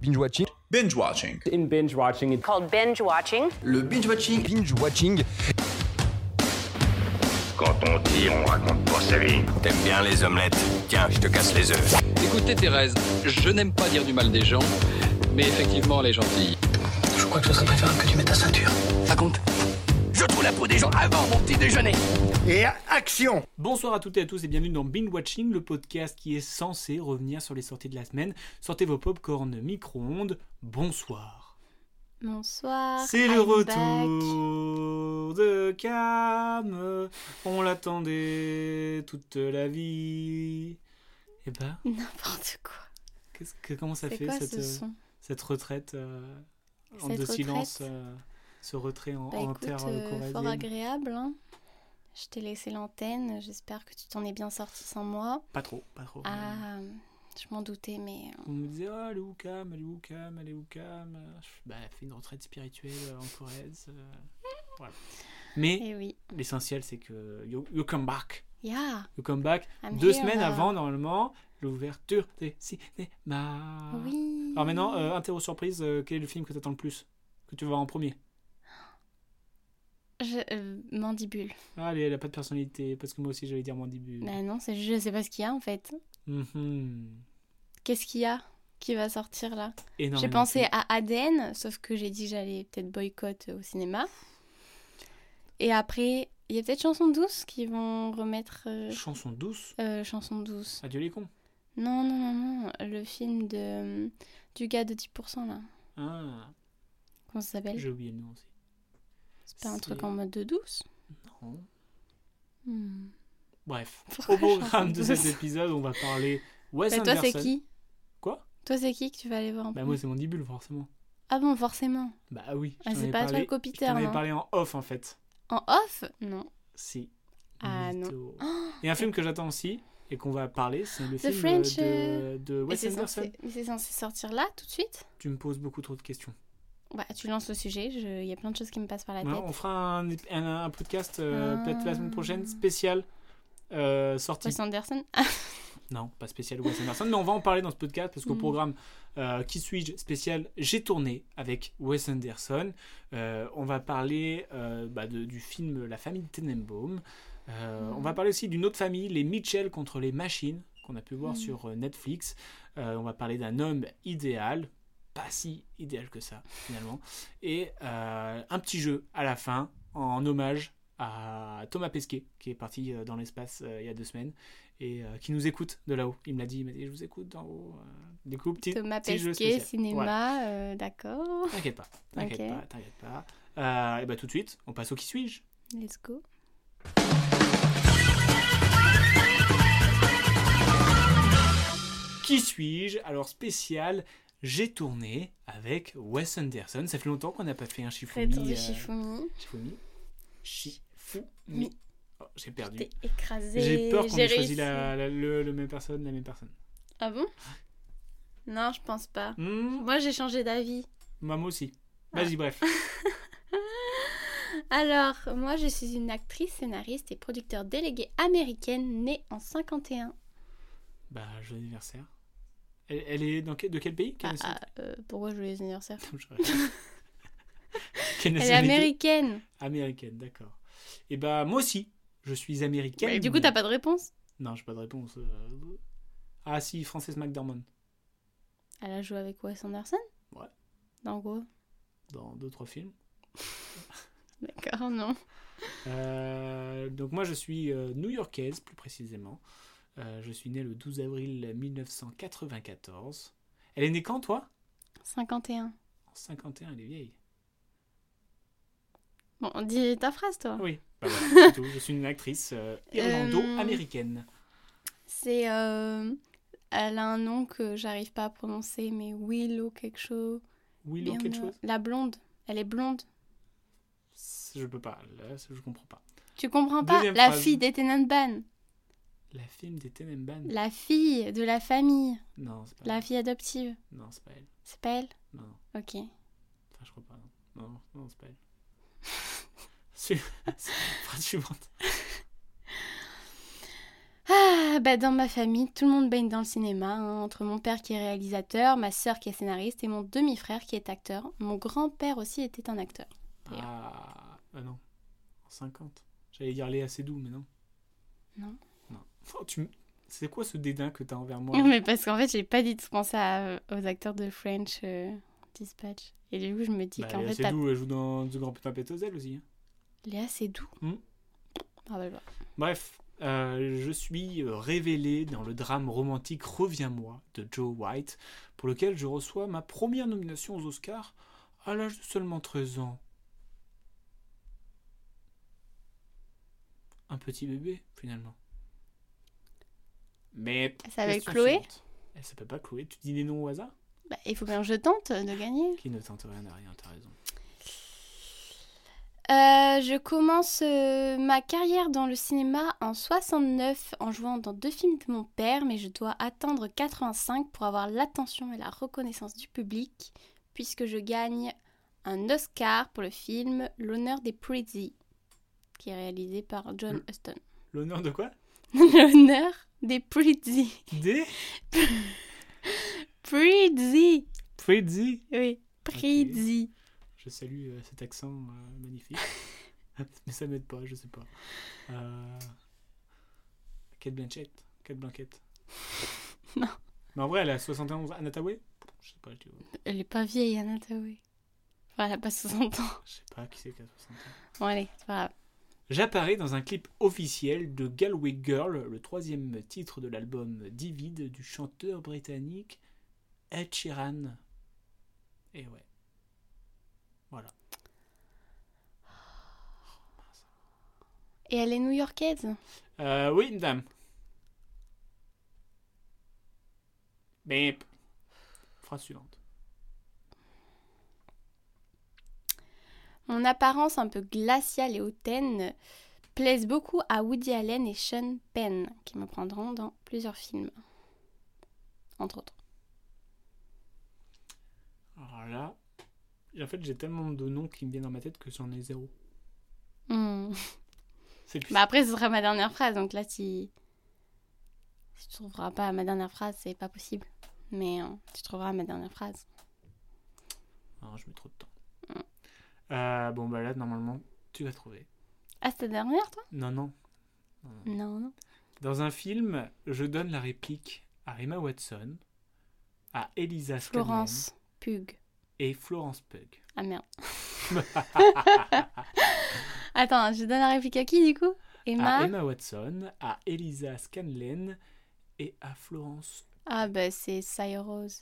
Binge watching. Binge watching. In binge watching, it called binge watching. Le binge watching. Binge watching. Quand on tire, on raconte pas sa vie. T'aimes bien les omelettes Tiens, je te casse les œufs. Écoutez Thérèse, je n'aime pas dire du mal des gens, mais effectivement elle est gentille. Je crois que ce serait préférable que tu mettes ta ceinture. Raconte. Je trouve la peau des gens Ah avant mon petit déjeuner. Et action Bonsoir à toutes et à tous et bienvenue dans Binge Watching, le podcast qui est censé revenir sur les sorties de la semaine. Sortez vos popcorn micro-ondes. Bonsoir. Bonsoir. C'est le retour back. de Cam. On l'attendait toute la vie. Et bah. N'importe quoi. Qu'est-ce que, comment ça fait quoi, cette, ce son cette retraite euh, Cette en deux retraite silences euh, Ce retrait en, Bah en écoute, terre euh, corallienne. fort agréable. hein. Je t'ai laissé l'antenne. J'espère que tu t'en es bien sorti sans moi. Pas trop, pas trop. Ah, je m'en doutais, mais euh, On me disait, ah, allez où Cam, allez où Cam, allez où Cam. Je fais, Bah, fais une retraite spirituelle euh, en Corrèze. euh, voilà. Mais eh oui. l'essentiel, c'est que you, you come back. Yeah. You come back. I'm Deux here euh, semaines now. avant, normalement, l'ouverture des cinémas. Oui. Alors maintenant, euh, interro surprise, euh, quel est le film que t'attends le plus Que tu vas voir en premier Je, euh, mandibule. Allez, Ah, elle a pas de personnalité, parce que moi aussi, j'allais dire Mandibule. Bah non, c'est juste, je sais pas ce qu'il y a en fait. Mhm. Qu'est-ce qu'il y a qui va sortir là J'ai Énormément de pensé films. à Aden, sauf que j'ai dit que j'allais peut-être boycott au cinéma. Et après, il y a peut-être Chansons douces qui vont remettre euh, Chanson douce. euh, Chansons douces. Adieu les cons. Non, non, non, non, le film de, euh, du gars de 10% là. Ah, Comment ça s'appelle j'ai oublié le nom aussi. C'est pas un truc c'est- en mode de douce Non. Hmm. Bref, Pourquoi au programme je de chante cet épisode, on va parler Wes Mais toi, c'est Anderson. qui Quoi Toi, c'est qui que tu vas aller voir en Bah premier moi c'est Mandibule forcément. Ah bon, forcément. Bah oui. Ah, je t'en c'est avais pas toi parlé- le Je copiteur, t'en avais non parlé en off en fait. En off Non. Si. Ah, non. Mytho. Et un film que j'attends aussi et qu'on va parler, c'est le The film French, euh, de, de Mais Wes c'est Anderson. censé... mais c'est censé sortir là, tout de suite Tu me poses beaucoup trop de questions. Bah, tu lances le sujet, je- il y a plein de choses qui me passent par la Ouais, tête. Bah, on fera un, ép- un- un podcast euh, Ah. peut-être la semaine prochaine spécial euh, sorti. Wes Anderson Non, pas spécial Wes Anderson, mais on va en parler dans ce podcast parce qu'au Mm. programme euh, Qui suis-je spécial, j'ai tourné avec Wes Anderson. Euh, on va parler euh, bah, de- du film La famille Tenenbaum. Euh, On va parler aussi d'une autre famille, les Mitchell contre les machines, qu'on a pu voir Mm. sur euh, Netflix. Euh, on va parler d'un homme idéal, pas si idéal que ça finalement, et euh, un petit jeu à la fin en hommage à Thomas Pesquet qui est parti euh, dans l'espace euh, il y a deux semaines et euh, qui nous écoute de là-haut. Il me l'a dit, il m'a dit je vous écoute d'en haut. euh. Du coup, petit, Thomas petit jeu Pesquet, spécial. Voilà. cinéma, euh, d'accord. T'inquiète pas, t'inquiète Ok. pas, t'inquiète pas. Euh, et bah tout de suite, on passe au qui suis-je. Let's go. Qui suis-je Alors spécial, j'ai tourné avec Wes Anderson. Ça fait longtemps qu'on n'a pas fait un Shifumi. Retour euh, de Shifumi. Shifumi. Shifumi. Oh, j'ai perdu. T'es écrasé. J'ai peur qu'on j'ai ait choisi réussi. la, la- le, le même personne, la même personne. Ah bon Non, je pense pas. Hmm, Moi, j'ai changé d'avis. maman aussi. Vas-y, bref. Alors, moi, je suis une actrice, scénariste et producteur déléguée américaine née en 51. Bah, joyeux anniversaire. Elle, elle est dans quel- de quel pays Quelle Ah, nation- ah, euh, pourquoi je veux les anniversaires Je rêve. Elle Quelle est nationalité américaine. Américaine, d'accord. Et bah, moi aussi, je suis américaine. Du coup, t'as pas de réponse Non, j'ai pas de réponse. euh. Ah, si, Frances McDormand. Elle a joué avec Wes Anderson Ouais. Dans quoi Dans deux, trois films. D'accord, non. Euh, donc moi je suis euh, new-yorkaise plus précisément. Euh, je suis née le 12 avril 1994. Elle est née quand toi 51. En 51, elle est vieille. Bon, dis ta phrase, toi. Oui. Bah voilà, c'est tout. Je suis une actrice euh, irlando-américaine. C'est. euh, Elle a un nom que j'arrive pas à prononcer, mais Willow quelque chose. Willow quelque Birna- chose La blonde. Elle est blonde. Je peux pas, là, ça, je comprends pas. Tu comprends pas Deuxième La phrase. fille des Tenenbaum. La film des Tenenbaum La fille de la famille. Non, c'est pas La elle. fille adoptive. Non, c'est pas elle. C'est pas elle Non, non. Ok. Enfin, je crois pas. Non, non, non, c'est pas elle. Su- Phrase suivante. Ah, Ah bah dans ma famille, tout le monde baigne dans le cinéma, hein, entre mon père qui est réalisateur, ma sœur qui est scénariste et mon demi-frère qui est acteur. Mon grand-père aussi était un acteur. Et- Ah, ah non, en 50. J'allais dire Léa Seydoux, mais non. Non. Non. Oh, tu... m- C'est quoi ce dédain que t'as envers moi Mais parce qu'en fait, j'ai pas du tout pensé à- euh, aux acteurs de French euh, Dispatch. Et du coup, je me dis Bah, qu'en Léa fait, t'as- Seydoux, elle joue dans The Grand Putain Pétozel aussi. hein. Léa, c'est doux. Hmm. Ah bah, bah. Bref, euh, je suis euh, révélé dans le drame romantique Reviens-moi de Joe White, pour lequel je reçois ma première nomination aux Oscars à l'âge de seulement 13 ans. Un petit bébé, finalement. Mais. C'est avec question Chloé suivante. Elle s'appelle pas Chloé, tu dis des noms au hasard Bah, il faut bien que je tente euh, de gagner. Qui ne tente rien à rien, t'as raison. Euh, je commence euh, ma carrière dans le cinéma en 69 en jouant dans deux films de mon père, mais je dois attendre 85 pour avoir l'attention et la reconnaissance du public, puisque je gagne un Oscar pour le film L'honneur des Pretty, qui est réalisé par John Huston. L'honneur de quoi L'honneur des Pretty. Des Pretty Pretty Oui, Pretty. Je salue euh, cet accent euh, magnifique. Mais ça m'aide pas, je sais pas. Euh... Kate Blanchett Kate Blanchett Non. Mais en vrai, elle a 71 Anna Tawai Je sais pas, tu vois. Elle est pas vieille, Anna Thaoué. Enfin, elle a pas 60 ans. Je sais pas qui c'est qui a 60 ans. Bon, allez, c'est pas grave. J'apparais dans un clip officiel de Galway Girl, le troisième titre de l'album Divide du chanteur britannique Ed Sheeran. Et ouais. Voilà. Et elle est new-yorkaise Euh, oui, madame. Bip. Ben, Phrase suivante. Mon apparence un peu glaciale et hautaine plaise beaucoup à Woody Allen et Sean Penn, qui me prendront dans plusieurs films. Entre autres. Alors là, en fait, j'ai tellement de noms qui me viennent dans ma tête que j'en ai zéro. Hmm. C'est plus. Bah après, ce sera ma dernière phrase, donc là, si... si tu trouveras pas ma dernière phrase, c'est pas possible. Mais euh, tu trouveras ma dernière phrase. Non, je mets trop de temps. Euh, bon, bah là, normalement, tu vas trouver. Ah, c'est ta dernière, toi Non, non. Non, non. Dans un film, je donne la réplique à Emma Watson, à Elisa Scanlon Florence Pug. et Florence Pug. Ah merde. Attends, je donne la réplique à qui, du coup Emma À Emma Watson, à Elisa Scanlon et à Florence Ah bah c'est Cyrose.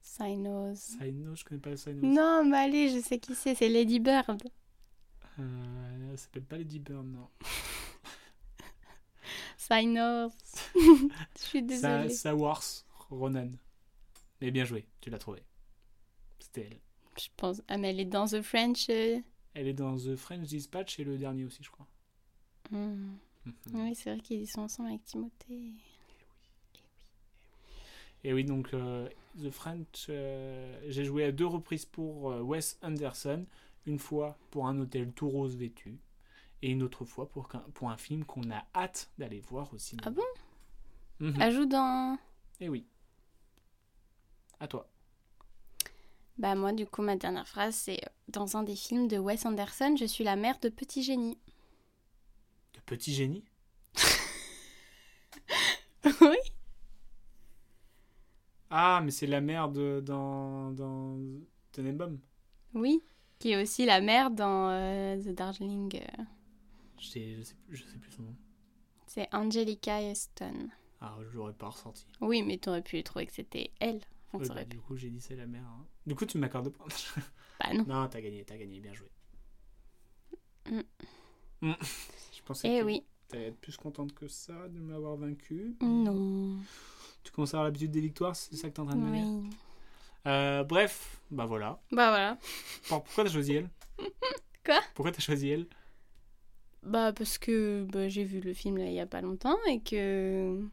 Cynos. Saino. Je connais pas le Saino. Non, mais allez, je sais qui c'est, c'est Lady Bird. Euh, elle s'appelle pas Lady Bird, non. Cynos. je suis Sa désolée. Sawars Ronan. Mais bien joué, tu l'as trouvé. C'était elle. Je pense. Ah, mais elle est dans The French. euh, Elle est dans The French Dispatch et le dernier aussi, je crois. hmm. Mhm. Oui, c'est vrai qu'ils sont ensemble avec Timothée. Et oui, donc euh, The French, euh, j'ai joué à deux reprises pour euh, Wes Anderson, une fois pour un hôtel tout rose vêtu, et une autre fois pour, qu'un- pour un film qu'on a hâte d'aller voir au cinéma. Ah bon Euh, Mhm. Elle joue dans. Et oui. À toi. Bah, moi, du coup, ma dernière phrase, c'est euh, Dans un des films de Wes Anderson, je suis la mère de Petit Génie. De petit génie oui Ah, mais c'est la merde dans, dans Tenenbaum. Oui. Qui est aussi la mère dans euh, The Darling. euh, Je sais, je, sais, plus- je sais plus son nom. c'est Angelica Huston. Ah, je l'aurais pas ressorti. Oui, mais t'aurais pu trouver que c'était elle. On Ouais, bah, saurait du coup, j'ai dit c'est la mère. hein. Du coup, tu m'accordes pas. pas, Bah, non. non, t'as gagné, t'as gagné, bien joué. Mm. Mm. Je pensais Eh que oui. t'allais être plus contente que ça de m'avoir vaincu. Non. Tu commences à avoir l'habitude des victoires, c'est ça que t'es en train de me dire Oui. Euh, Bref, bah voilà. Bah voilà. Pour- Pourquoi t'as choisi elle Quoi Pourquoi t'as choisi elle Bah parce que bah, j'ai vu le film là il y a pas longtemps et que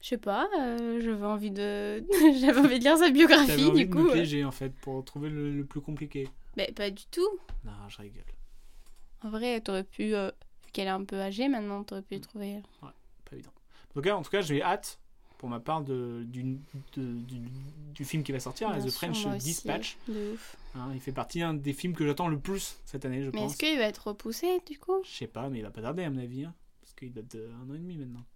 je sais pas, euh, j'avais envie de j'avais envie de lire sa T'avais biographie envie Ah, du de coup. euh. me piéger en fait pour trouver le, le plus compliqué. Mais pas du tout. Non, je rigole. Mm. En vrai, t'aurais pu euh, vu qu'elle est un peu âgée maintenant, t'aurais pu trouver. Pas évident. Donc là, en tout cas, j'ai hâte, pour ma part, de, du, de- du, du film qui va sortir, hein, Bien Ah, The sûr, French moi aussi, Dispatch. de ouf. hein. il fait partie un des films que j'attends le plus cette année, je Mais pense. est-ce qu'il va être repoussé du coup Je sais pas, mais il va pas tarder à mon avis, hein, parce qu'il date d'un an et demi maintenant.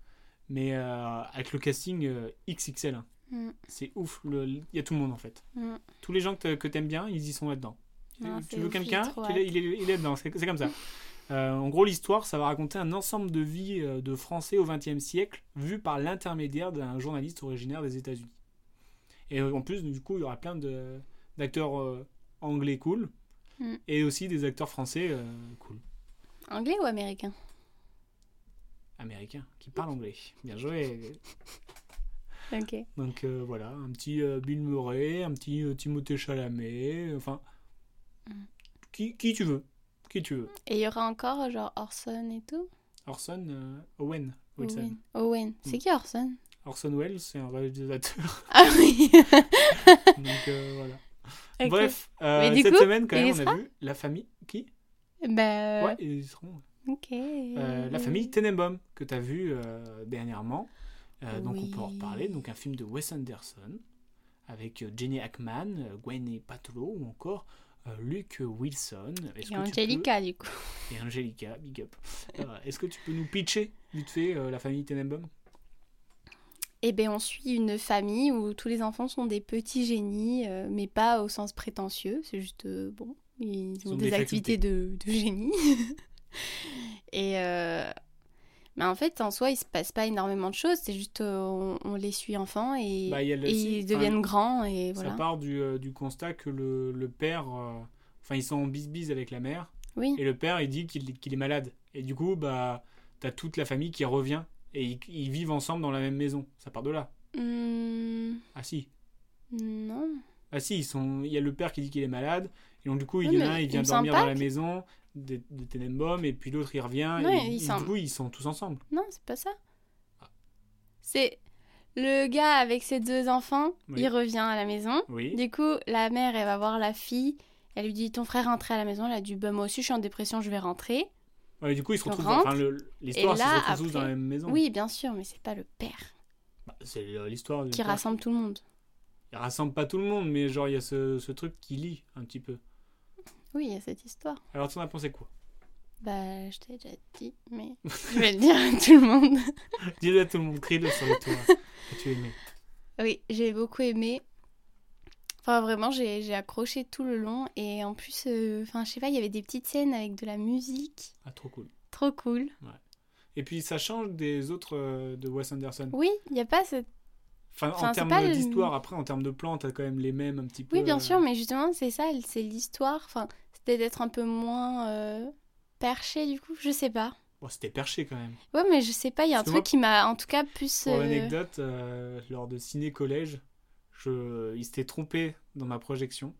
Mais euh, avec le casting euh, XXL, hein, Mm, c'est ouf, le- il y a tout le monde en fait. mm. Tous les gens que, t'a- que t'aimes bien, ils y sont là-dedans. Tu- Non, c'est tu veux ouf, j'ai quelqu'un, trop tu l'as- il est, il est là-dedans, c'est c'est comme ça. Euh, en gros, l'histoire, ça va raconter un ensemble de vies euh, de Français au XXe siècle, vu par l'intermédiaire d'un journaliste originaire des États-Unis. Et euh, en plus, du coup, il y aura plein de- d'acteurs euh, anglais cool, Mm. et aussi des acteurs français euh, cool. Anglais ou américain américain qui parle anglais. Bien joué. Ok. Donc euh, voilà, un petit euh, Bill Murray, un petit euh, Timothée Chalamet, enfin Mm. qui, qui tu veux, qui tu veux. Et il y aura encore euh, genre Orson et tout Orson euh, Owen Wilson. Mm. Owen. Owen. C'est qui Orson Orson Welles, c'est un réalisateur. Ah oui Donc euh, voilà. Ok. Bref, euh, Mais du cette coup, semaine quand il même, y on a sera vu la famille qui Bah. Ouais, ils y seront. Ok. Euh, Mm-hmm. la famille Tenenbaum que tu as vu euh, dernièrement. Euh, donc on peut en Oui. reparler. Donc un film de Wes Anderson avec euh, Jenny Hackman, euh, Gwyneth Paltrow ou encore euh, Luke Wilson. Est-ce Et que tu Angelica du coup. peux- Et Angelica, big up. Euh, Est-ce que tu peux nous pitcher vite fait euh, la famille Tenenbaum Eh bien, on suit une famille où tous les enfants sont des petits génies, euh, mais pas au sens prétentieux. C'est juste, euh, bon, ils Ils ont ont des, des activités de, de génie. Et euh, bah, en fait, en soi, il se passe pas énormément de choses. C'est juste, euh, on, on les suit enfants et, Bah, il y a le- et si, ils enfin, deviennent grands. Et voilà. Ça part du, euh, du constat que le, le père... euh, Enfin, ils sont en bis-bis avec la mère. Oui, Et le père, il dit qu'il qu'il est malade. Et du coup, bah, t'as toute la famille qui revient. Et ils, ils vivent ensemble dans la même maison. Ça part de là. Hum, Ah si. non. Ah si, ils sont... il y a le père qui dit qu'il est malade. Et donc du coup, il Oui, y en a mais un, il il vient me semble dormir pas dans la maison de, de Tenenbaum. Et puis l'autre, il revient. Ouais, et, ils et sont- du coup, ils sont tous ensemble. Non, c'est pas ça. Ah. C'est le gars avec ses deux enfants, Oui. il revient à la maison. Oui. Du coup, la mère, elle va voir la fille. Elle lui dit Ton frère rentre à la maison. Elle a dit Bah, moi aussi, je suis en dépression, je vais rentrer. Ouais, du coup, ils se On retrouvent... rentre, Enfin, le- l'histoire, et c'est qu'ils se là, retrouvent tous dans la après- même maison. Oui, bien sûr, mais c'est pas le père Bah, c'est euh, l'histoire... qui rassemble tout le monde. Il rassemble pas tout le monde, mais genre, il y a ce, ce truc qui lie un petit peu. Oui, il y a cette histoire. Alors, tu en as pensé quoi Bah, je t'ai déjà dit, mais je vais le dire à tout le monde. Dis-le à tout le monde, crie-le sur les toits. que tu aimais. Oui, j'ai beaucoup aimé. Enfin, vraiment, j'ai j'ai accroché tout le long. Et en plus, euh, enfin, je sais pas, il y avait des petites scènes avec de la musique. Ah, trop cool. Trop cool. Et puis ça change des autres euh, de Wes Anderson. Oui, il n'y a pas cette. Enfin, en Enfin, c'est termes pas le- d'histoire, après, en termes de plan, t'as quand même les mêmes un petit peu. Oui, bien euh, sûr, mais justement, c'est ça, c'est l'histoire. Enfin, c'était d'être un peu moins euh, perché, du coup, je sais pas. bon, C'était perché quand même. Ouais, mais je sais pas, il y a un Parce que truc moi, qui m'a en tout cas plus. Pour euh, l'anecdote, euh, lors de ciné-collège, je... ils s'étaient trompés dans ma projection,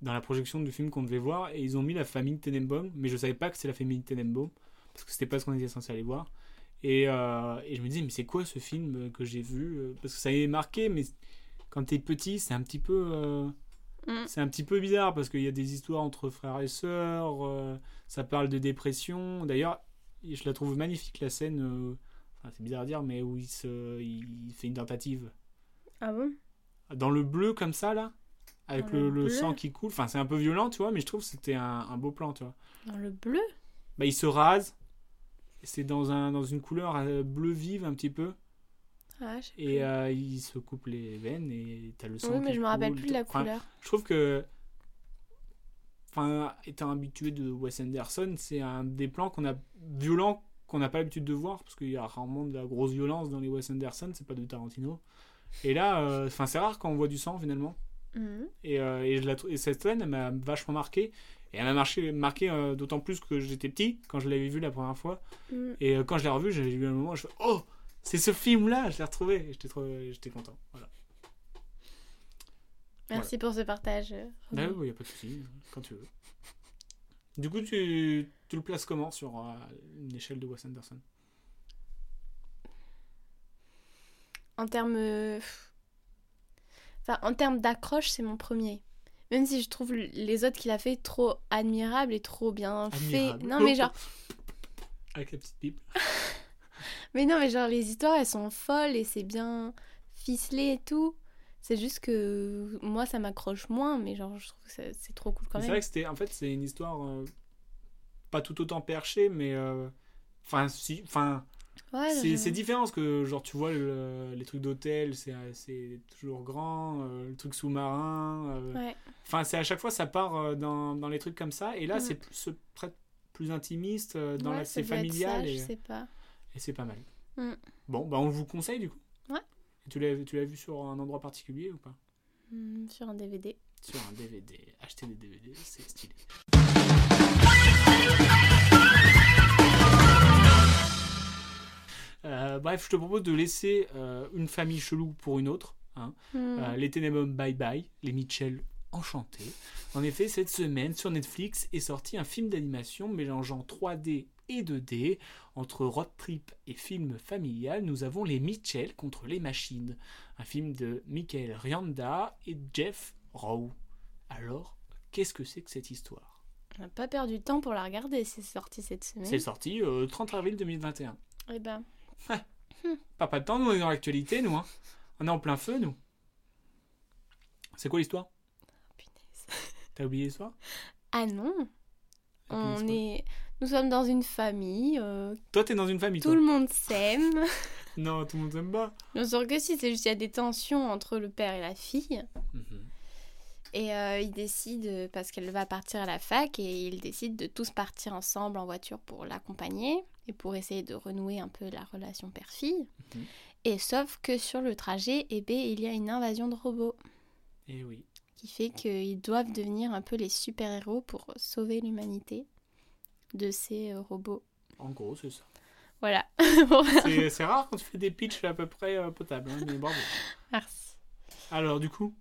dans la projection du film qu'on devait voir, et ils ont mis la famille Tenenbaum, mais je savais pas que c'est la famille Tenenbaum, parce que c'était pas ce qu'on était censé aller voir. Et, euh, et je me disais, mais c'est quoi ce film euh, que j'ai vu euh, Parce que ça avait marqué, mais quand t'es petit, c'est un petit peu. euh, Mm. C'est un petit peu bizarre parce qu'il y a des histoires entre frères et sœurs, euh, ça parle de dépression. D'ailleurs, je la trouve magnifique la scène euh, Enfin, c'est bizarre à dire, mais où il, se, il fait une tentative. Ah bon Dans le bleu, comme ça, là, avec Dans le, le le bleu. sang qui coule. Enfin, c'est un peu violent, tu vois, mais je trouve que c'était un, un beau plan, tu vois. Dans le bleu Bah, il se rase. C'est dans, un, dans une couleur euh, bleu vive, un petit peu. Ah, je sais Et plus. euh, il se coupe les veines et t'as le sang. Oui, mais qui je me rappelle coule. plus de la Enfin, couleur. Je trouve que. Enfin, étant habitué de Wes Anderson, c'est un des plans qu'on a violent qu'on n'a pas l'habitude de voir parce qu'il y a rarement de la grosse violence dans les Wes Anderson, c'est pas de Tarantino. Et là, euh, enfin, c'est rare quand on voit du sang finalement. Mhm. Et, euh, et je la trou- et cette scène, elle m'a vachement marqué. Et elle m'a marché- marqué euh, d'autant plus que j'étais petit quand je l'avais vu la première fois. Mm. Et euh, quand je l'ai revu, j'ai eu un moment, je fais Oh, c'est ce film-là, je l'ai retrouvé. Et J'étais trop- j'étais content. Voilà. Merci pour ce partage. euh, Bah Romain. oui, y a pas de souci, quand tu veux. Du coup, tu, tu le places comment sur euh, une échelle de Wes Anderson En termes. euh, pff. Enfin, en termes d'accroche, c'est mon premier. Même si je trouve l- les autres qu'il a fait trop admirables et trop bien faits. Admirable. Non, mais genre. Avec la petite pipe. Mais non, mais genre, les histoires, elles sont folles et c'est bien ficelé et tout. C'est juste que moi, ça m'accroche moins, mais genre, je trouve que ça- c'est trop cool quand Mais C'est même. vrai que c'était, en fait, c'est une histoire euh, pas tout autant perchée, mais euh, enfin, si, enfin, Ouais, c'est, je- c'est différent parce que genre tu vois le- les trucs d'hôtel, c'est, euh, c'est toujours grand, euh, le truc sous-marin. euh, Ouais. Enfin, c'est à chaque fois ça part euh, dans, dans les trucs comme ça, et là Mm. c'est plus, se prête plus intimiste, euh, dans Ouais, la, ça c'est doit être familial ça, et, Je sais pas. et c'est pas mal. Mm. Bon, bah on vous conseille du coup. Ouais. Et tu l'as, tu l'as vu sur un endroit particulier ou pas Hmm, sur un DVD. Sur un DVD, acheter des DVD, c'est stylé. Euh, bref, je te propose de laisser euh, une famille chelou pour une autre. hein. Hmm. Euh, les Ténébums Bye Bye, les Mitchell enchantés. En effet, cette semaine, sur Netflix, est sorti un film d'animation mélangeant 3D et 2D. Entre road trip et film familial, nous avons Les Mitchell contre les machines. Un film de Michael Rianda et Jeff Rowe. Alors, qu'est-ce que c'est que cette histoire On n'a pas perdu de temps pour la regarder, c'est sorti cette C'est semaine. sorti euh, 30 avril 2021. Eh ben, Pas pas de temps, nous on est dans l'actualité, nous. hein. On est en plein feu, nous. C'est quoi l'histoire punaise. T'as oublié l'histoire Ah non Ah, punaise, On quoi. est... Nous sommes dans une famille, euh, Toi, t'es dans une famille, tout toi. le monde s'aime. Non, tout le monde s'aime pas. Non, sauf que si, c'est juste qu'il y a des tensions entre le père et la fille. Mhm. Et euh, ils décident, parce qu'elle va partir à la fac, et ils décident de tous partir ensemble en voiture pour l'accompagner et pour essayer de renouer un peu la relation père-fille. Mhm. Et sauf que sur le trajet, eh ben, il y a une invasion de robots Et Eh oui. qui fait qu'ils doivent devenir un peu les super-héros pour sauver l'humanité de ces euh, robots. En gros, c'est ça. Voilà. C'est c'est rare quand tu fais des pitchs à peu près euh, potables, hein, mais bravo. Merci. Alors, du coup,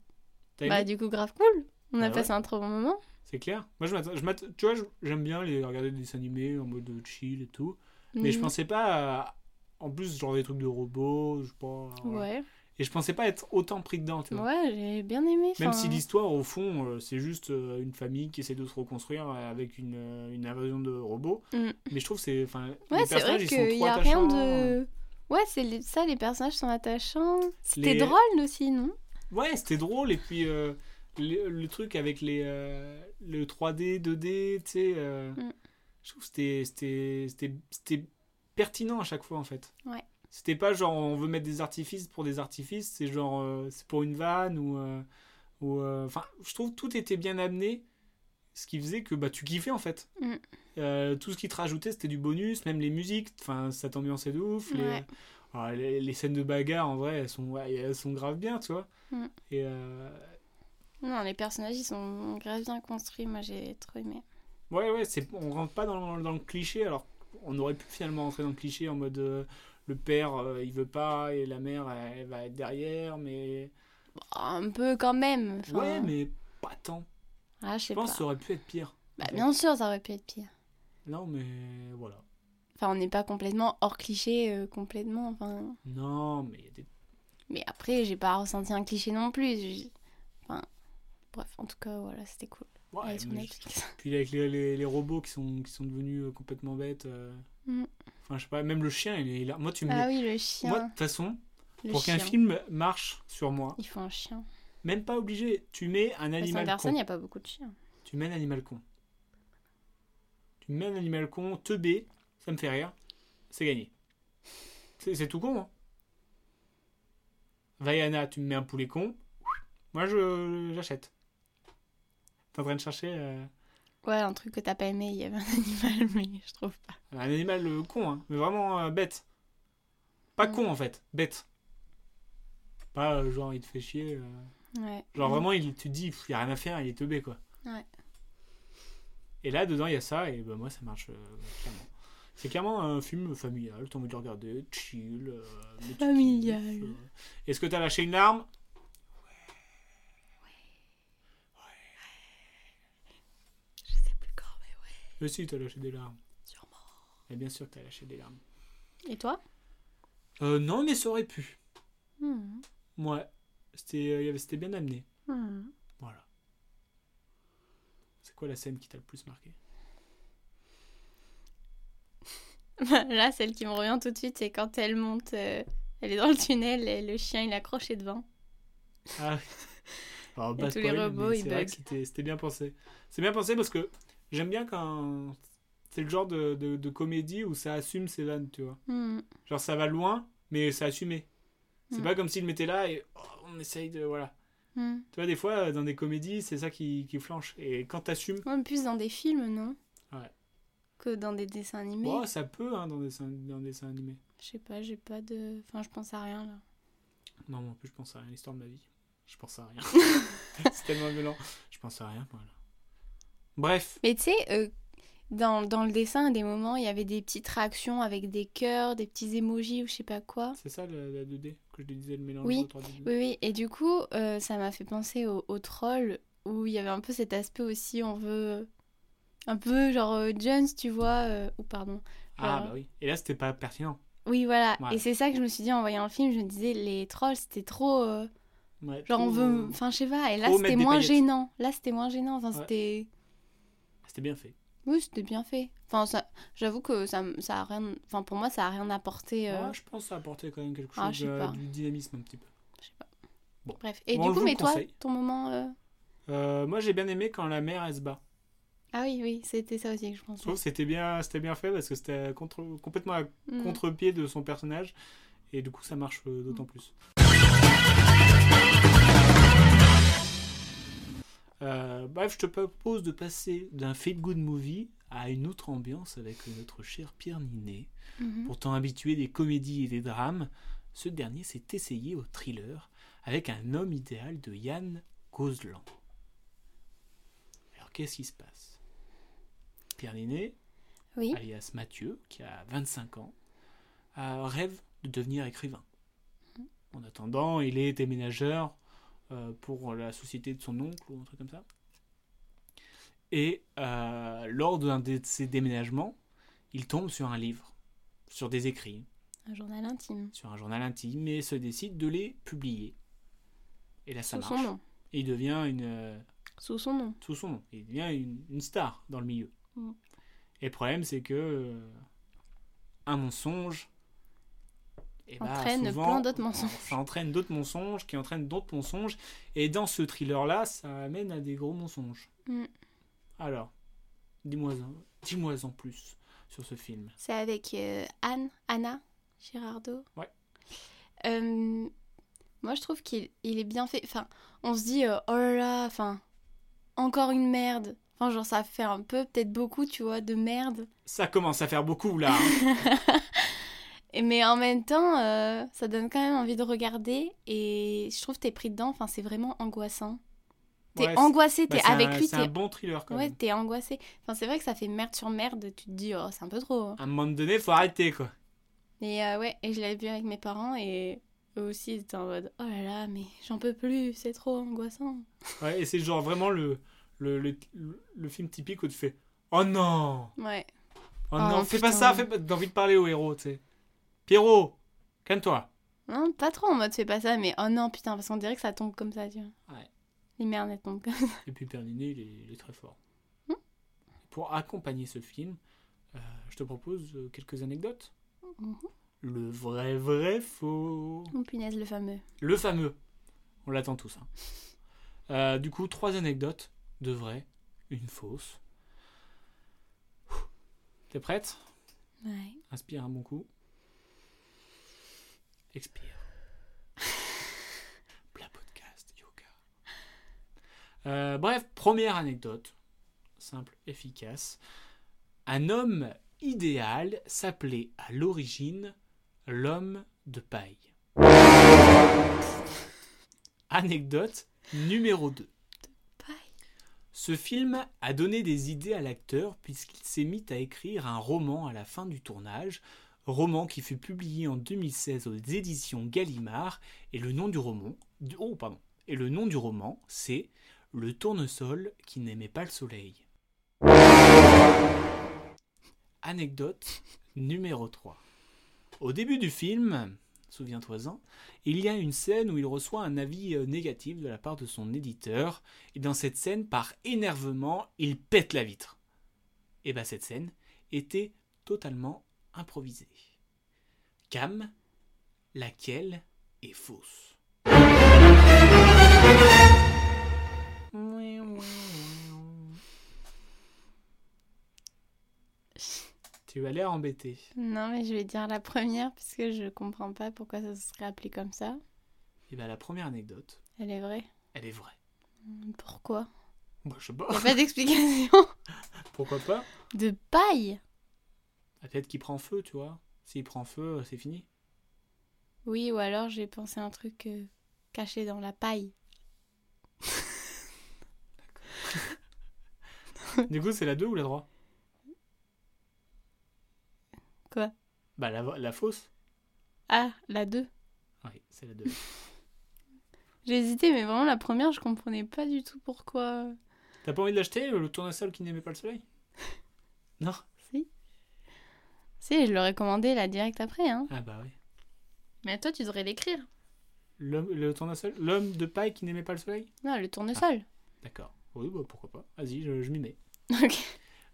t'as Bah, aimé du coup, grave cool. On a Bah passé un trop bon moment. c'est clair Moi, je m'attends- je m'attends- tu vois, je- j'aime bien les regarder des dessins animés en mode chill et tout. Mais je Mhm. pensais pas. à- En plus, genre des trucs de robots, je sais pas. euh, voilà. Ouais, Et je pensais pas être autant pris dedans, tu vois. ouais j'ai bien aimé. Même enfin, si l'histoire, au fond, euh, c'est juste euh, une famille qui essaie de se reconstruire euh, avec une, euh, une invasion de robots. Mm. Mais je trouve que c'est. enfin, Ouais, les c'est vrai personnages, ils sont qu'il trop n'y a rien attachants. euh, hein. de. Ouais, c'est les- ça, les personnages sont attachants. C'était Les- drôle aussi, non Ouais, c'était drôle. Et puis, euh, le, le truc avec les, euh, le 3D, 2D, tu sais, euh, Mm. je trouve que c'était- c'était- c'était c'était pertinent à chaque fois, en fait. Ouais. C'était pas genre, on veut mettre des artifices pour des artifices, c'est genre, euh, c'est pour une vanne ou... euh, ou, euh, Enfin, je trouve que tout était bien amené, ce qui faisait que bah, tu kiffais, en fait. Mm. Euh, tout ce qui te rajoutait, c'était du bonus, même les musiques, enfin, ça t'ambiançait de ouf. les- Ouais. ah, les, les scènes de bagarre, en vrai, elles sont, ouais, elles sont grave bien, tu vois. Mm. Et euh, Non, les personnages, ils sont grave bien construits. Moi, j'ai trop aimé. ouais, ouais, c'est, on rentre pas dans, dans le cliché, alors on aurait pu finalement rentrer dans le cliché en mode euh, le père euh, il veut pas et la mère elle, va être derrière, mais. Bon, Bah, un peu quand même. enfin, Ouais, mais pas tant. Ah, je sais Je pas. pense que ça aurait pu être pire. Bah, bien sûr, ça aurait pu être pire. Non, mais voilà. Enfin, on n'est pas complètement hors cliché, euh, complètement. Enfin... Non, mais il y a des. Mais après, j'ai pas ressenti un cliché non plus. j'ai- Enfin, bref, en tout cas, voilà, c'était cool. Ouais, Elle est sur mais- Netflix. Puis avec les, les- les robots qui sont, qui sont devenus euh, complètement bêtes. euh, Mm. Enfin, je sais pas, même le chien, il est là. Moi, tu me. Ah oui, le Moi, de chien. toute façon, Le pour chien. qu'un film marche sur moi, Il faut un chien. même pas obligé, tu mets un Parce qu'en animal personne, con. il n'y a pas beaucoup de chiens. Tu mets un animal con. Tu mets un animal con, teubé, ça me fait rire, c'est gagné. C'est c'est tout con, hein. Vaiana, tu me mets un poulet con, moi je j'achète. T'es en train de chercher euh, Ouais, un truc que t'as pas aimé, il y avait un animal, mais je trouve pas. un animal euh, con, hein, mais vraiment euh, bête. Pas Mm. con en fait, bête. Pas euh, genre il te fait chier. euh, Ouais. Genre vraiment, il, tu te dis, il n'y a rien à faire, il est teubé, quoi. Mhm. Ouais. Et là, dedans, il y a ça, et bah, moi, ça marche euh, clairement. C'est clairement un film familial, t'as envie de le regarder, chill. euh, mais tu kiffes, Familial. euh. Est-ce que t'as lâché une larme Je sais plus quand, mais ouais, Mais si, t'as lâché des larmes. sûrement. Et bien sûr que t'as lâché des larmes. Et toi Euh, non, mais ça aurait pu. Hmm. Ouais. C'était euh, il y avait- c'était bien amené. Hmm. Voilà. C'est quoi la scène qui t'a le plus marqué Là, celle qui me revient tout de suite, c'est quand elle monte, euh, elle est dans le tunnel et le chien il est accroché devant. Ah oui. Alors, Et pas tous les spoil, robots, mais ils c'est vrai bug. que c'était- C'était bien pensé. C'est bien pensé parce que j'aime bien quand. C'est le genre de, de- de comédie où ça assume ses vannes, tu vois. Hmm. Genre ça va loin, mais c'est assumé. C'est Mm. pas comme s'il mettait là et oh, on essaye de. Voilà. Hmm. Tu vois, des fois, euh, dans des comédies, c'est ça qui, qui flanche. Et quand t'assumes, Ouais, mais plus dans des films, non Ouais. Que dans des dessins animés. oh, ça peut hein, dans des dessins, dans des dessins animés. Je sais pas, j'ai pas de. Enfin, je pense à rien là. Non, moi, en plus, je pense à rien. L'histoire de ma vie. Je pense à rien. c'est tellement violent. Je pense à rien, voilà. Bref. Mais tu sais, euh, dans, dans le dessin, à des moments, il y avait des petites réactions avec des cœurs, des petits émojis ou je sais pas quoi. C'est ça la, la 2D que je te disais, le mélange Oui. de 3D. Oui, oui, et du coup, euh, ça m'a fait penser au, au troll où il y avait un peu cet aspect aussi, on veut. Un peu genre euh, Jones, tu vois. euh, Ou pardon. Ah, Genre- bah oui. Et là, c'était pas pertinent. Oui, voilà. Ouais. Et c'est ça que je me suis dit en voyant le film, je me disais, les trolls, c'était trop. euh, Ouais, euh, genre, on tout- veut. Enfin, je sais pas. Et là, Trop c'était mettre des moins paillettes. gênant. Là, c'était moins gênant. Enfin, Ouais. c'était. C'était bien fait. Oui, c'était bien fait. Enfin, ça... j'avoue que ça, m- ça a rien. Enfin, pour moi, ça a rien apporté. euh, Ouais, Ah, je pense que ça apportait quand même quelque chose ah, je sais euh, pas. du dynamisme un petit peu. Bref. Et Bon, je du coup, vous mais le toi, conseille. ton moment. euh, Euh, moi, j'ai bien aimé quand la mère, elle se bat. Ah oui, oui, c'était ça aussi que je Je pensais. trouve que c'était bien, c'était bien fait parce que c'était contre, complètement à Mm. contre-pied de son personnage. Et du coup, ça marche euh, d'autant Mm. plus. Euh, bref, je te propose de passer d'un feel-good movie à une autre ambiance avec euh, notre cher Pierre Ninet. Mhm. Pourtant habitué des comédies et des drames, ce dernier s'est essayé au thriller avec un homme idéal de Yann Gozlan. Alors qu'est-ce qui se passe Pierre Ninet Oui. alias Mathieu, qui a 25 ans, euh, rêve de devenir écrivain. Mm-hmm. En attendant, il est déménageur euh, pour la société de son oncle ou un truc comme ça. Et euh, lors d'un de ses déménagements, il tombe sur un livre, sur des écrits, Un journal intime. sur un journal intime, et se décide de les publier. Et là, ça Sous son marche. nom. Et il devient une, euh, Sous son nom. sous son nom. Il devient une, une star dans le milieu. Mm. Et le problème, c'est que euh, un mensonge eh ben, Entraîne souvent, plein d'autres mensonges. Ça entraîne d'autres mensonges qui entraînent d'autres mensonges. Et dans ce thriller-là, ça amène à des gros mensonges. Mm. Alors, dis-moi en- dis-moi en plus sur ce film. C'est avec euh, Anne, Anna Girardot. Ouais. Euh, moi, je trouve qu'il il est bien fait. Enfin, on se dit, euh, oh là là, enfin, encore une merde. Enfin, genre, ça fait un peu, peut-être beaucoup, tu vois, de merde. Ça commence à faire beaucoup là. hein. Et, mais en même temps, euh, ça donne quand même envie de regarder. Et je trouve que t'es pris dedans. Enfin, c'est vraiment angoissant. T'es Ouais, c'est- angoissé, bah, t'es c'est avec un- lui, C'est un t'es bon thriller quand ouais, même. t'es angoissé. Enfin, c'est vrai que ça fait merde sur merde. Tu te dis, oh, c'est un peu trop. hein. À un moment donné, faut arrêter quoi. Et euh, ouais, et je l'avais vu avec mes parents et eux aussi ils étaient en mode oh là là, mais j'en peux plus, c'est trop angoissant. Ouais, et c'est genre vraiment le, le, le, le film typique où tu fais Oh non Ouais. Oh, Oh non, non, fais pas putain. ça, fais pas... T'as envie de parler au héros, tu sais. Pierrot, calme-toi. Non, pas trop en mode fais pas ça, mais oh non, putain, parce qu'on dirait que ça tombe comme ça, tu vois. Ouais. Les merdes, elles tombent comme ça. Et puis Perninet, il, est- il est très fort. Hmm. Pour accompagner ce film, euh, je te propose euh, quelques anecdotes. Mhm. Le vrai, vrai faux. Oh punaise, le fameux. Le fameux. On l'attend tous. hein. Euh, du coup, trois anecdotes. De vraies, une fausse. Ouh. T'es prête Ouais. Inspire un bon coup. Expire. Plat podcast, yoga. Euh, bref, première anecdote. Simple, efficace. Un homme idéal s'appelait à l'origine l'homme de paille. Anecdote numéro 2. Paille. Ce film a donné des idées à l'acteur puisqu'il s'est mis à écrire un roman à la fin du tournage, roman qui fut publié en 2016 aux éditions Gallimard et le nom du roman, du- oh, pardon, et le nom du roman c'est Le tournesol qui n'aimait pas le soleil. Anecdote numéro 3. Au début du film, souviens-toi-en, il y a une scène où il reçoit un avis euh, négatif de la part de son éditeur et dans cette scène, par bah, énervement, il pète la vitre. Et bien cette scène était totalement improvisée. Cam, laquelle est fausse Tu as l'air embêté. Non, mais je vais dire la première parce que je comprends pas pourquoi ça se serait appelé comme ça. Et bien, la première anecdote, Elle est vraie. elle est vraie. Mm, Pourquoi Bah, je sais pas. Y a pas d'explication. Pourquoi pas De paille Ah, Peut-être qu'il prend feu, tu vois. S'il prend feu, c'est fini. Oui, ou alors j'ai pensé à un truc euh, caché dans la paille. Du coup, c'est la 2 ou la 3 Quoi Bah, la, la fausse. Ah, la 2. Oui, c'est la 2. J'ai hésité, mais vraiment la première, je comprenais pas du tout pourquoi. T'as pas envie de l'acheter, le tournesol qui n'aimait pas le soleil Non Si. Si, je l'aurais commandé là direct après, hein. Ah bah oui. Mais toi, tu devrais l'écrire. L'homme, le tournesol L'homme de paille qui n'aimait pas le soleil Non, Ah, le tournesol. D'accord. Oui, bah pourquoi pas. Vas-y, je, je m'y mets. Ok.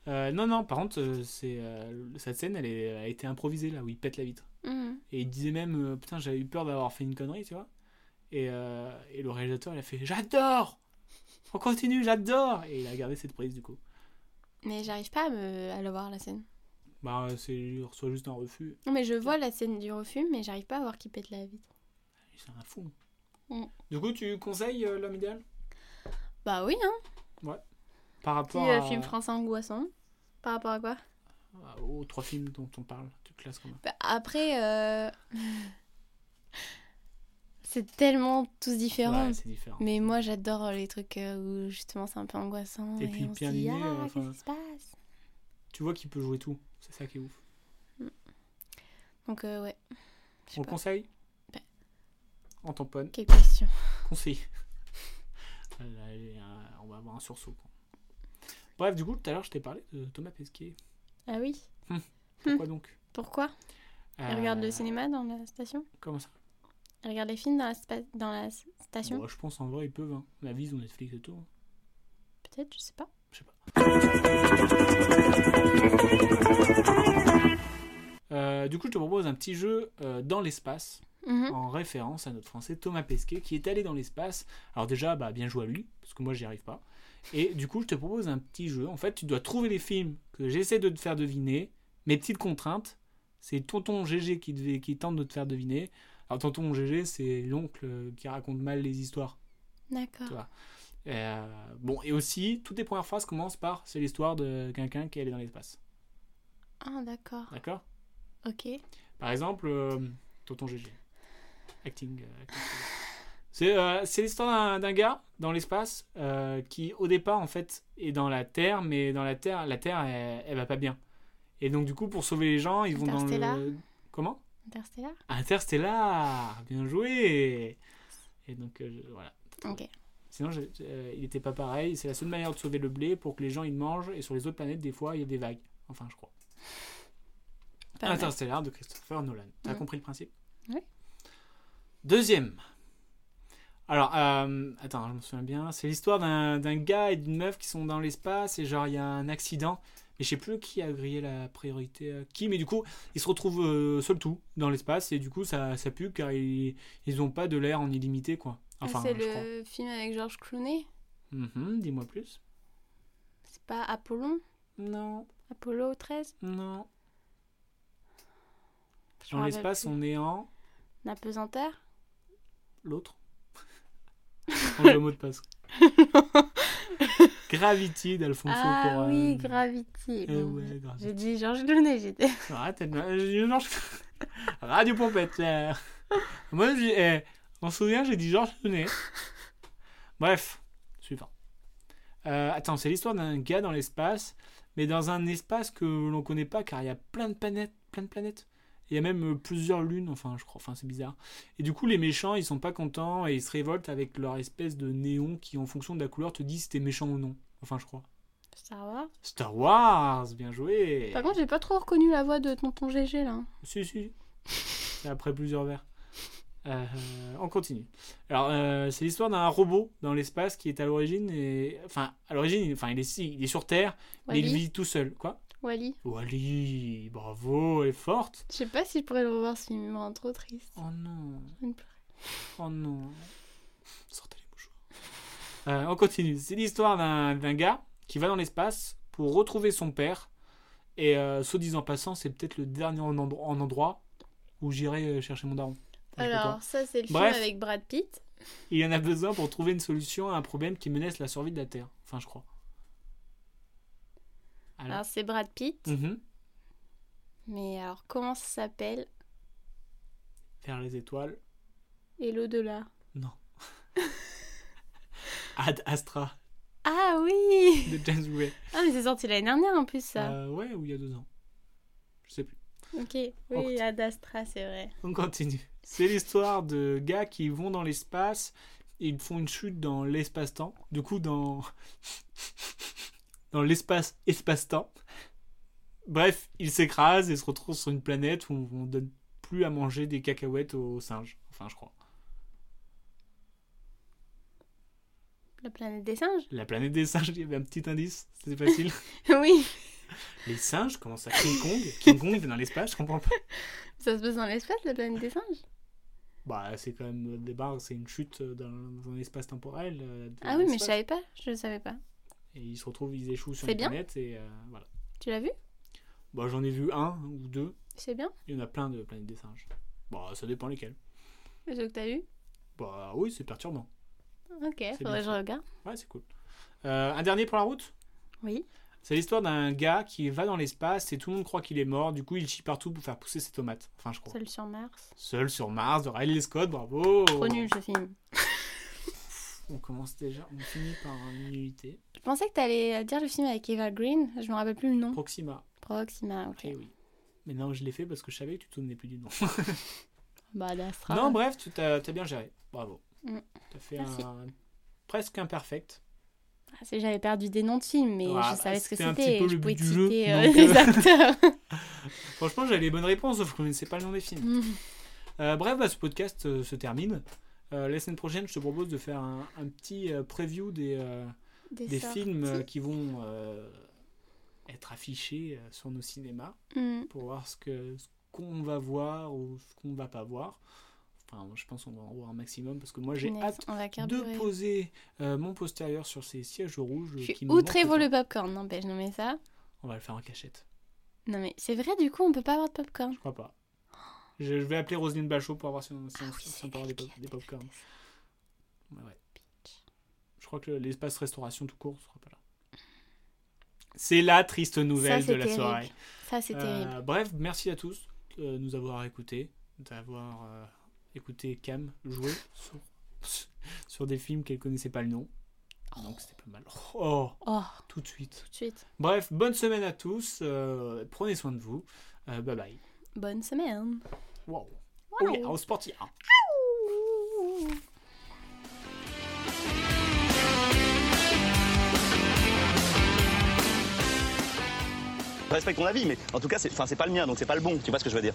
Euh, non, non, par contre, euh, c'est, euh, cette scène, elle est- a été improvisée là, où il pète la vitre. Mhm. Et il disait même, euh, putain, j'avais eu peur d'avoir fait une connerie, tu vois. Et, euh, et le réalisateur, il a fait, j'adore On continue, j'adore Et il a gardé cette prise, du coup. Mais j'arrive pas à, me... à le voir la scène. Bah, c'est, il reçoit juste un refus. Non, mais je vois la scène du refus, mais j'arrive pas à voir qui pète la vitre. C'est un fou. Mm. Du coup, tu conseilles euh, l'homme idéal Bah oui, hein. Par Petit rapport euh, à- film français angoissant. Par rapport à quoi à- aux trois films dont on parle Tu classes comment Bah, Après, euh, c'est tellement tous différents. Ouais, c'est différent. Mais moi, j'adore les trucs euh, où justement c'est un peu angoissant. Et Et, puis, on se bien dit, animé, ah, euh, qu'est-ce enfin- qui se passe Tu vois qu'il peut jouer tout. C'est ça qui est ouf. Donc, euh, ouais. Je sais On le pas. conseille Bah. En tamponne. Quelle question conseil. Là, il y a- on va avoir un sursaut. quoi. Bref, du coup, tout à l'heure, je t'ai parlé de Thomas Pesquet. Ah oui Pourquoi donc Pourquoi Elle Euh, Hmm. regarde le cinéma dans la station Comment ça Elle regarde les films dans la, spa- dans la s- station Bon, Je pense en vrai, ils peuvent. Hein. La vise ou Netflix et tout. hein. Peut-être, je sais pas. Je sais pas. Euh, du coup, je te propose un petit jeu euh, dans l'espace. Mhm. en référence à notre français Thomas Pesquet qui est allé dans l'espace. Alors déjà, bah, bien joué à lui, parce que moi j'y arrive pas. Et du coup, je te propose un petit jeu. En fait, tu dois trouver les films que j'essaie de te faire deviner. Mes petites contraintes, c'est tonton GG qui, devait- qui tente de te faire deviner. Alors tonton GG, c'est l'oncle qui raconte mal les histoires. D'accord. Euh, bon, et aussi, toutes les premières phrases commencent par c'est l'histoire de quelqu'un qui est allé dans l'espace. Ah, d'accord. D'accord Ok. Par exemple, euh, Tonton GG. Acting. euh, acting. C'est euh, c'est l'histoire d'un- d'un gars dans l'espace euh, qui, au départ, en fait, est dans la Terre, mais dans la Terre, la Terre, elle, elle va pas bien. Et donc, du coup, pour sauver les gens, ils vont dans Interstellar. le. Comment Interstellar Interstellar Bien joué Et donc, euh, je- voilà. Ok. Sinon, j'ai- euh, il était pas pareil. C'est la seule manière de sauver le blé pour que les gens ils le mangent. Et sur les autres planètes, des fois, il y a des vagues. Enfin, je crois. Pas Ah, mal. Interstellar de Christopher Nolan. T'as Mm. compris le principe Oui. Deuxième. Alors, euh, attends, je me souviens bien. C'est l'histoire d'un d'un gars et d'une meuf qui sont dans l'espace et genre il y a un accident. Mais je sais plus qui a grillé la priorité à qui. Mais du coup, ils se retrouvent euh, seuls tout dans l'espace et du coup ça, ça pue car ils, ils ont pas de l'air en illimité quoi. Ah, Enfin, c'est je crois. le film avec George Clooney Mhm, Dis-moi plus. C'est pas Apollon Non, Apollo 13 non. Je Dans me rappelle l'espace, plus. on est en L'apesanteur l'autre. On le mot de passe. Gravity d'Alfonso Ah Cuarón. oui, Gravity. euh, Eh Bon, ouais, Gravity. J'ai dit Georges Clooney, j'étais. Ah, t'as de la- j'ai dit Georges- Radio Pompette. là. Moi, j'ai- eh, on se souvient, j'ai dit Georges Clooney. Bref, suivant. Euh, attends, c'est l'histoire d'un gars dans l'espace, mais dans un espace que l'on connaît pas, car il y a plein de planètes, plein de planètes. Il y a même euh, plusieurs lunes, enfin, je crois, enfin, c'est bizarre. Et du coup, les méchants, ils sont pas contents et ils se révoltent avec leur espèce de néon qui, en fonction de la couleur, te dit si t'es méchant ou non. Enfin, je crois. Star Wars. Star Wars, bien joué. Par contre, j'ai pas trop reconnu la voix de tonton GG là. hein. Si, si. C'est après plusieurs verres. Euh, on continue. Alors, euh, c'est l'histoire d'un robot dans l'espace qui est à l'origine. Et... Enfin, à l'origine, il- enfin, il, est, si- il est sur Terre, mais il Wally. vit tout seul. Quoi Wally. Wally, bravo, elle est forte. Je sais pas si je pourrais le revoir ce film, il me rend trop triste. Oh non. Je ne peux- Oh non. Sortez les mouchoirs. Euh, on continue. C'est l'histoire d'un d'un gars qui va dans l'espace pour retrouver son père. Et euh, soit disant passant, c'est peut-être le dernier en, endro- en endroit où j'irai euh, chercher mon daron. Enfin, je sais pas quoi. Alors, ça, c'est le film Bref. avec Brad Pitt. Il en a besoin pour trouver une solution à un problème qui menace la survie de la Terre. Enfin, je crois. Alors. Alors, Ah, c'est Brad Pitt. Mhm. Mais alors, comment ça s'appelle Vers les étoiles. Et l'au-delà. Non. Ad Astra Ah oui de James Way. Ah, mais c'est sorti l'année dernière en plus, ça. Euh, ouais, ou il y a deux ans. Je sais plus. Ok, oui, écoute. Ad Astra, c'est vrai. On continue. C'est l'histoire de gars qui vont dans l'espace, ils font une chute dans l'espace-temps, du coup dans dans l'espace espace-temps. Bref, ils s'écrasent et se retrouvent sur une planète où on donne plus à manger des cacahuètes aux singes. Enfin, je crois. La planète des singes La planète des singes, il y avait un petit indice, c'est facile. Oui, Les singes commencent à King Kong. King Kong il est dans l'espace, je comprends pas. ça se passe dans l'espace, la planète des singes Bah, c'est quand même des barres, c'est une chute dans, dans un espace temporel. euh, de Ah oui, mais je l'espace. savais pas, je savais pas. Et ils se retrouvent, ils échouent sur C'est une bien. planète et euh, voilà. Tu l'as vu Bah, j'en ai vu un ou deux. C'est bien Il y en a plein de planètes des singes. Bah, ça dépend lesquels. Le jeu que t'as vu Bah, oui, c'est perturbant. Ok, bien faudrait que je fait. regarde. Ouais, c'est cool. Euh, un dernier pour la route Oui. C'est l'histoire d'un gars qui va dans l'espace et tout le monde croit qu'il est mort. Du coup, il chie partout pour faire pousser ses tomates. Enfin, je crois. Seul sur Mars. Seul sur Mars de Riley Scott, bravo Trop nul ce film. On commence déjà, on finit par une nullité. Je pensais que t'allais dire le film avec Eva Green, je me rappelle plus le nom. Proxima, Proxima, Mmh. ok. eh oui. Mais non, je l'ai fait parce que je savais que tu te souvenais plus du nom. Bah, Ad Astra. Non, bref, tu t'as t'as bien géré. Bravo. Mm. T'as fait Merci. un presque imperfect. Ah, c'est- J'avais perdu des noms de films, mais Ah, je savais ce que c'était un c'était. petit peu Je le pouvais but te du jeu, citer euh, donc, les euh, acteurs. Franchement, j'avais les bonnes réponses, sauf que je ne sais pas le nom des films. Mhm. Euh, bref, bah, ce podcast euh, se termine. Euh, la semaine prochaine, je te propose de faire un, un petit euh, preview des, euh, des sorties. films euh, qui vont euh, être affichés euh, sur nos cinémas Mm. pour voir ce que ce qu'on va voir ou ce qu'on va pas voir. Enfin, je pense qu'on va en voir un maximum parce que moi j'ai Punaise, hâte on va de carburer. poser euh, mon postérieur sur ces sièges rouges. Je suis qui me outrée manquent pour autant. le popcorn, n'empêche, non mais ça. On va le faire en cachette. Non mais c'est vrai, du coup, on peut pas avoir de popcorn. Je crois pas. Je, je vais appeler Roselyne Bachot pour voir si on, si Ah on- oui, si c'est on peut avoir elle des, qui pop- a des popcorn. développé ça. Ouais, ouais. Je crois que l'espace restauration tout court sera pas là. C'est la triste nouvelle Ça, de c'est la terrible. soirée. Ça, c'est Euh, terrible. Bref, merci à tous euh, de nous avoir écoutés, d'avoir euh, écouté Cam jouer sur, sur des films qu'elle connaissait pas le nom. Donc c'était pas mal. Oh, Oh, tout de suite. tout de suite. Bref, bonne semaine à tous. euh, prenez soin de vous. Euh, bye bye. Bonne semaine. Wow. Oh yeah, au sportif. Je respecte ton avis, mais en tout cas, c'est enfin, c'est pas le mien, donc c'est pas le bon. Tu vois ce que je veux dire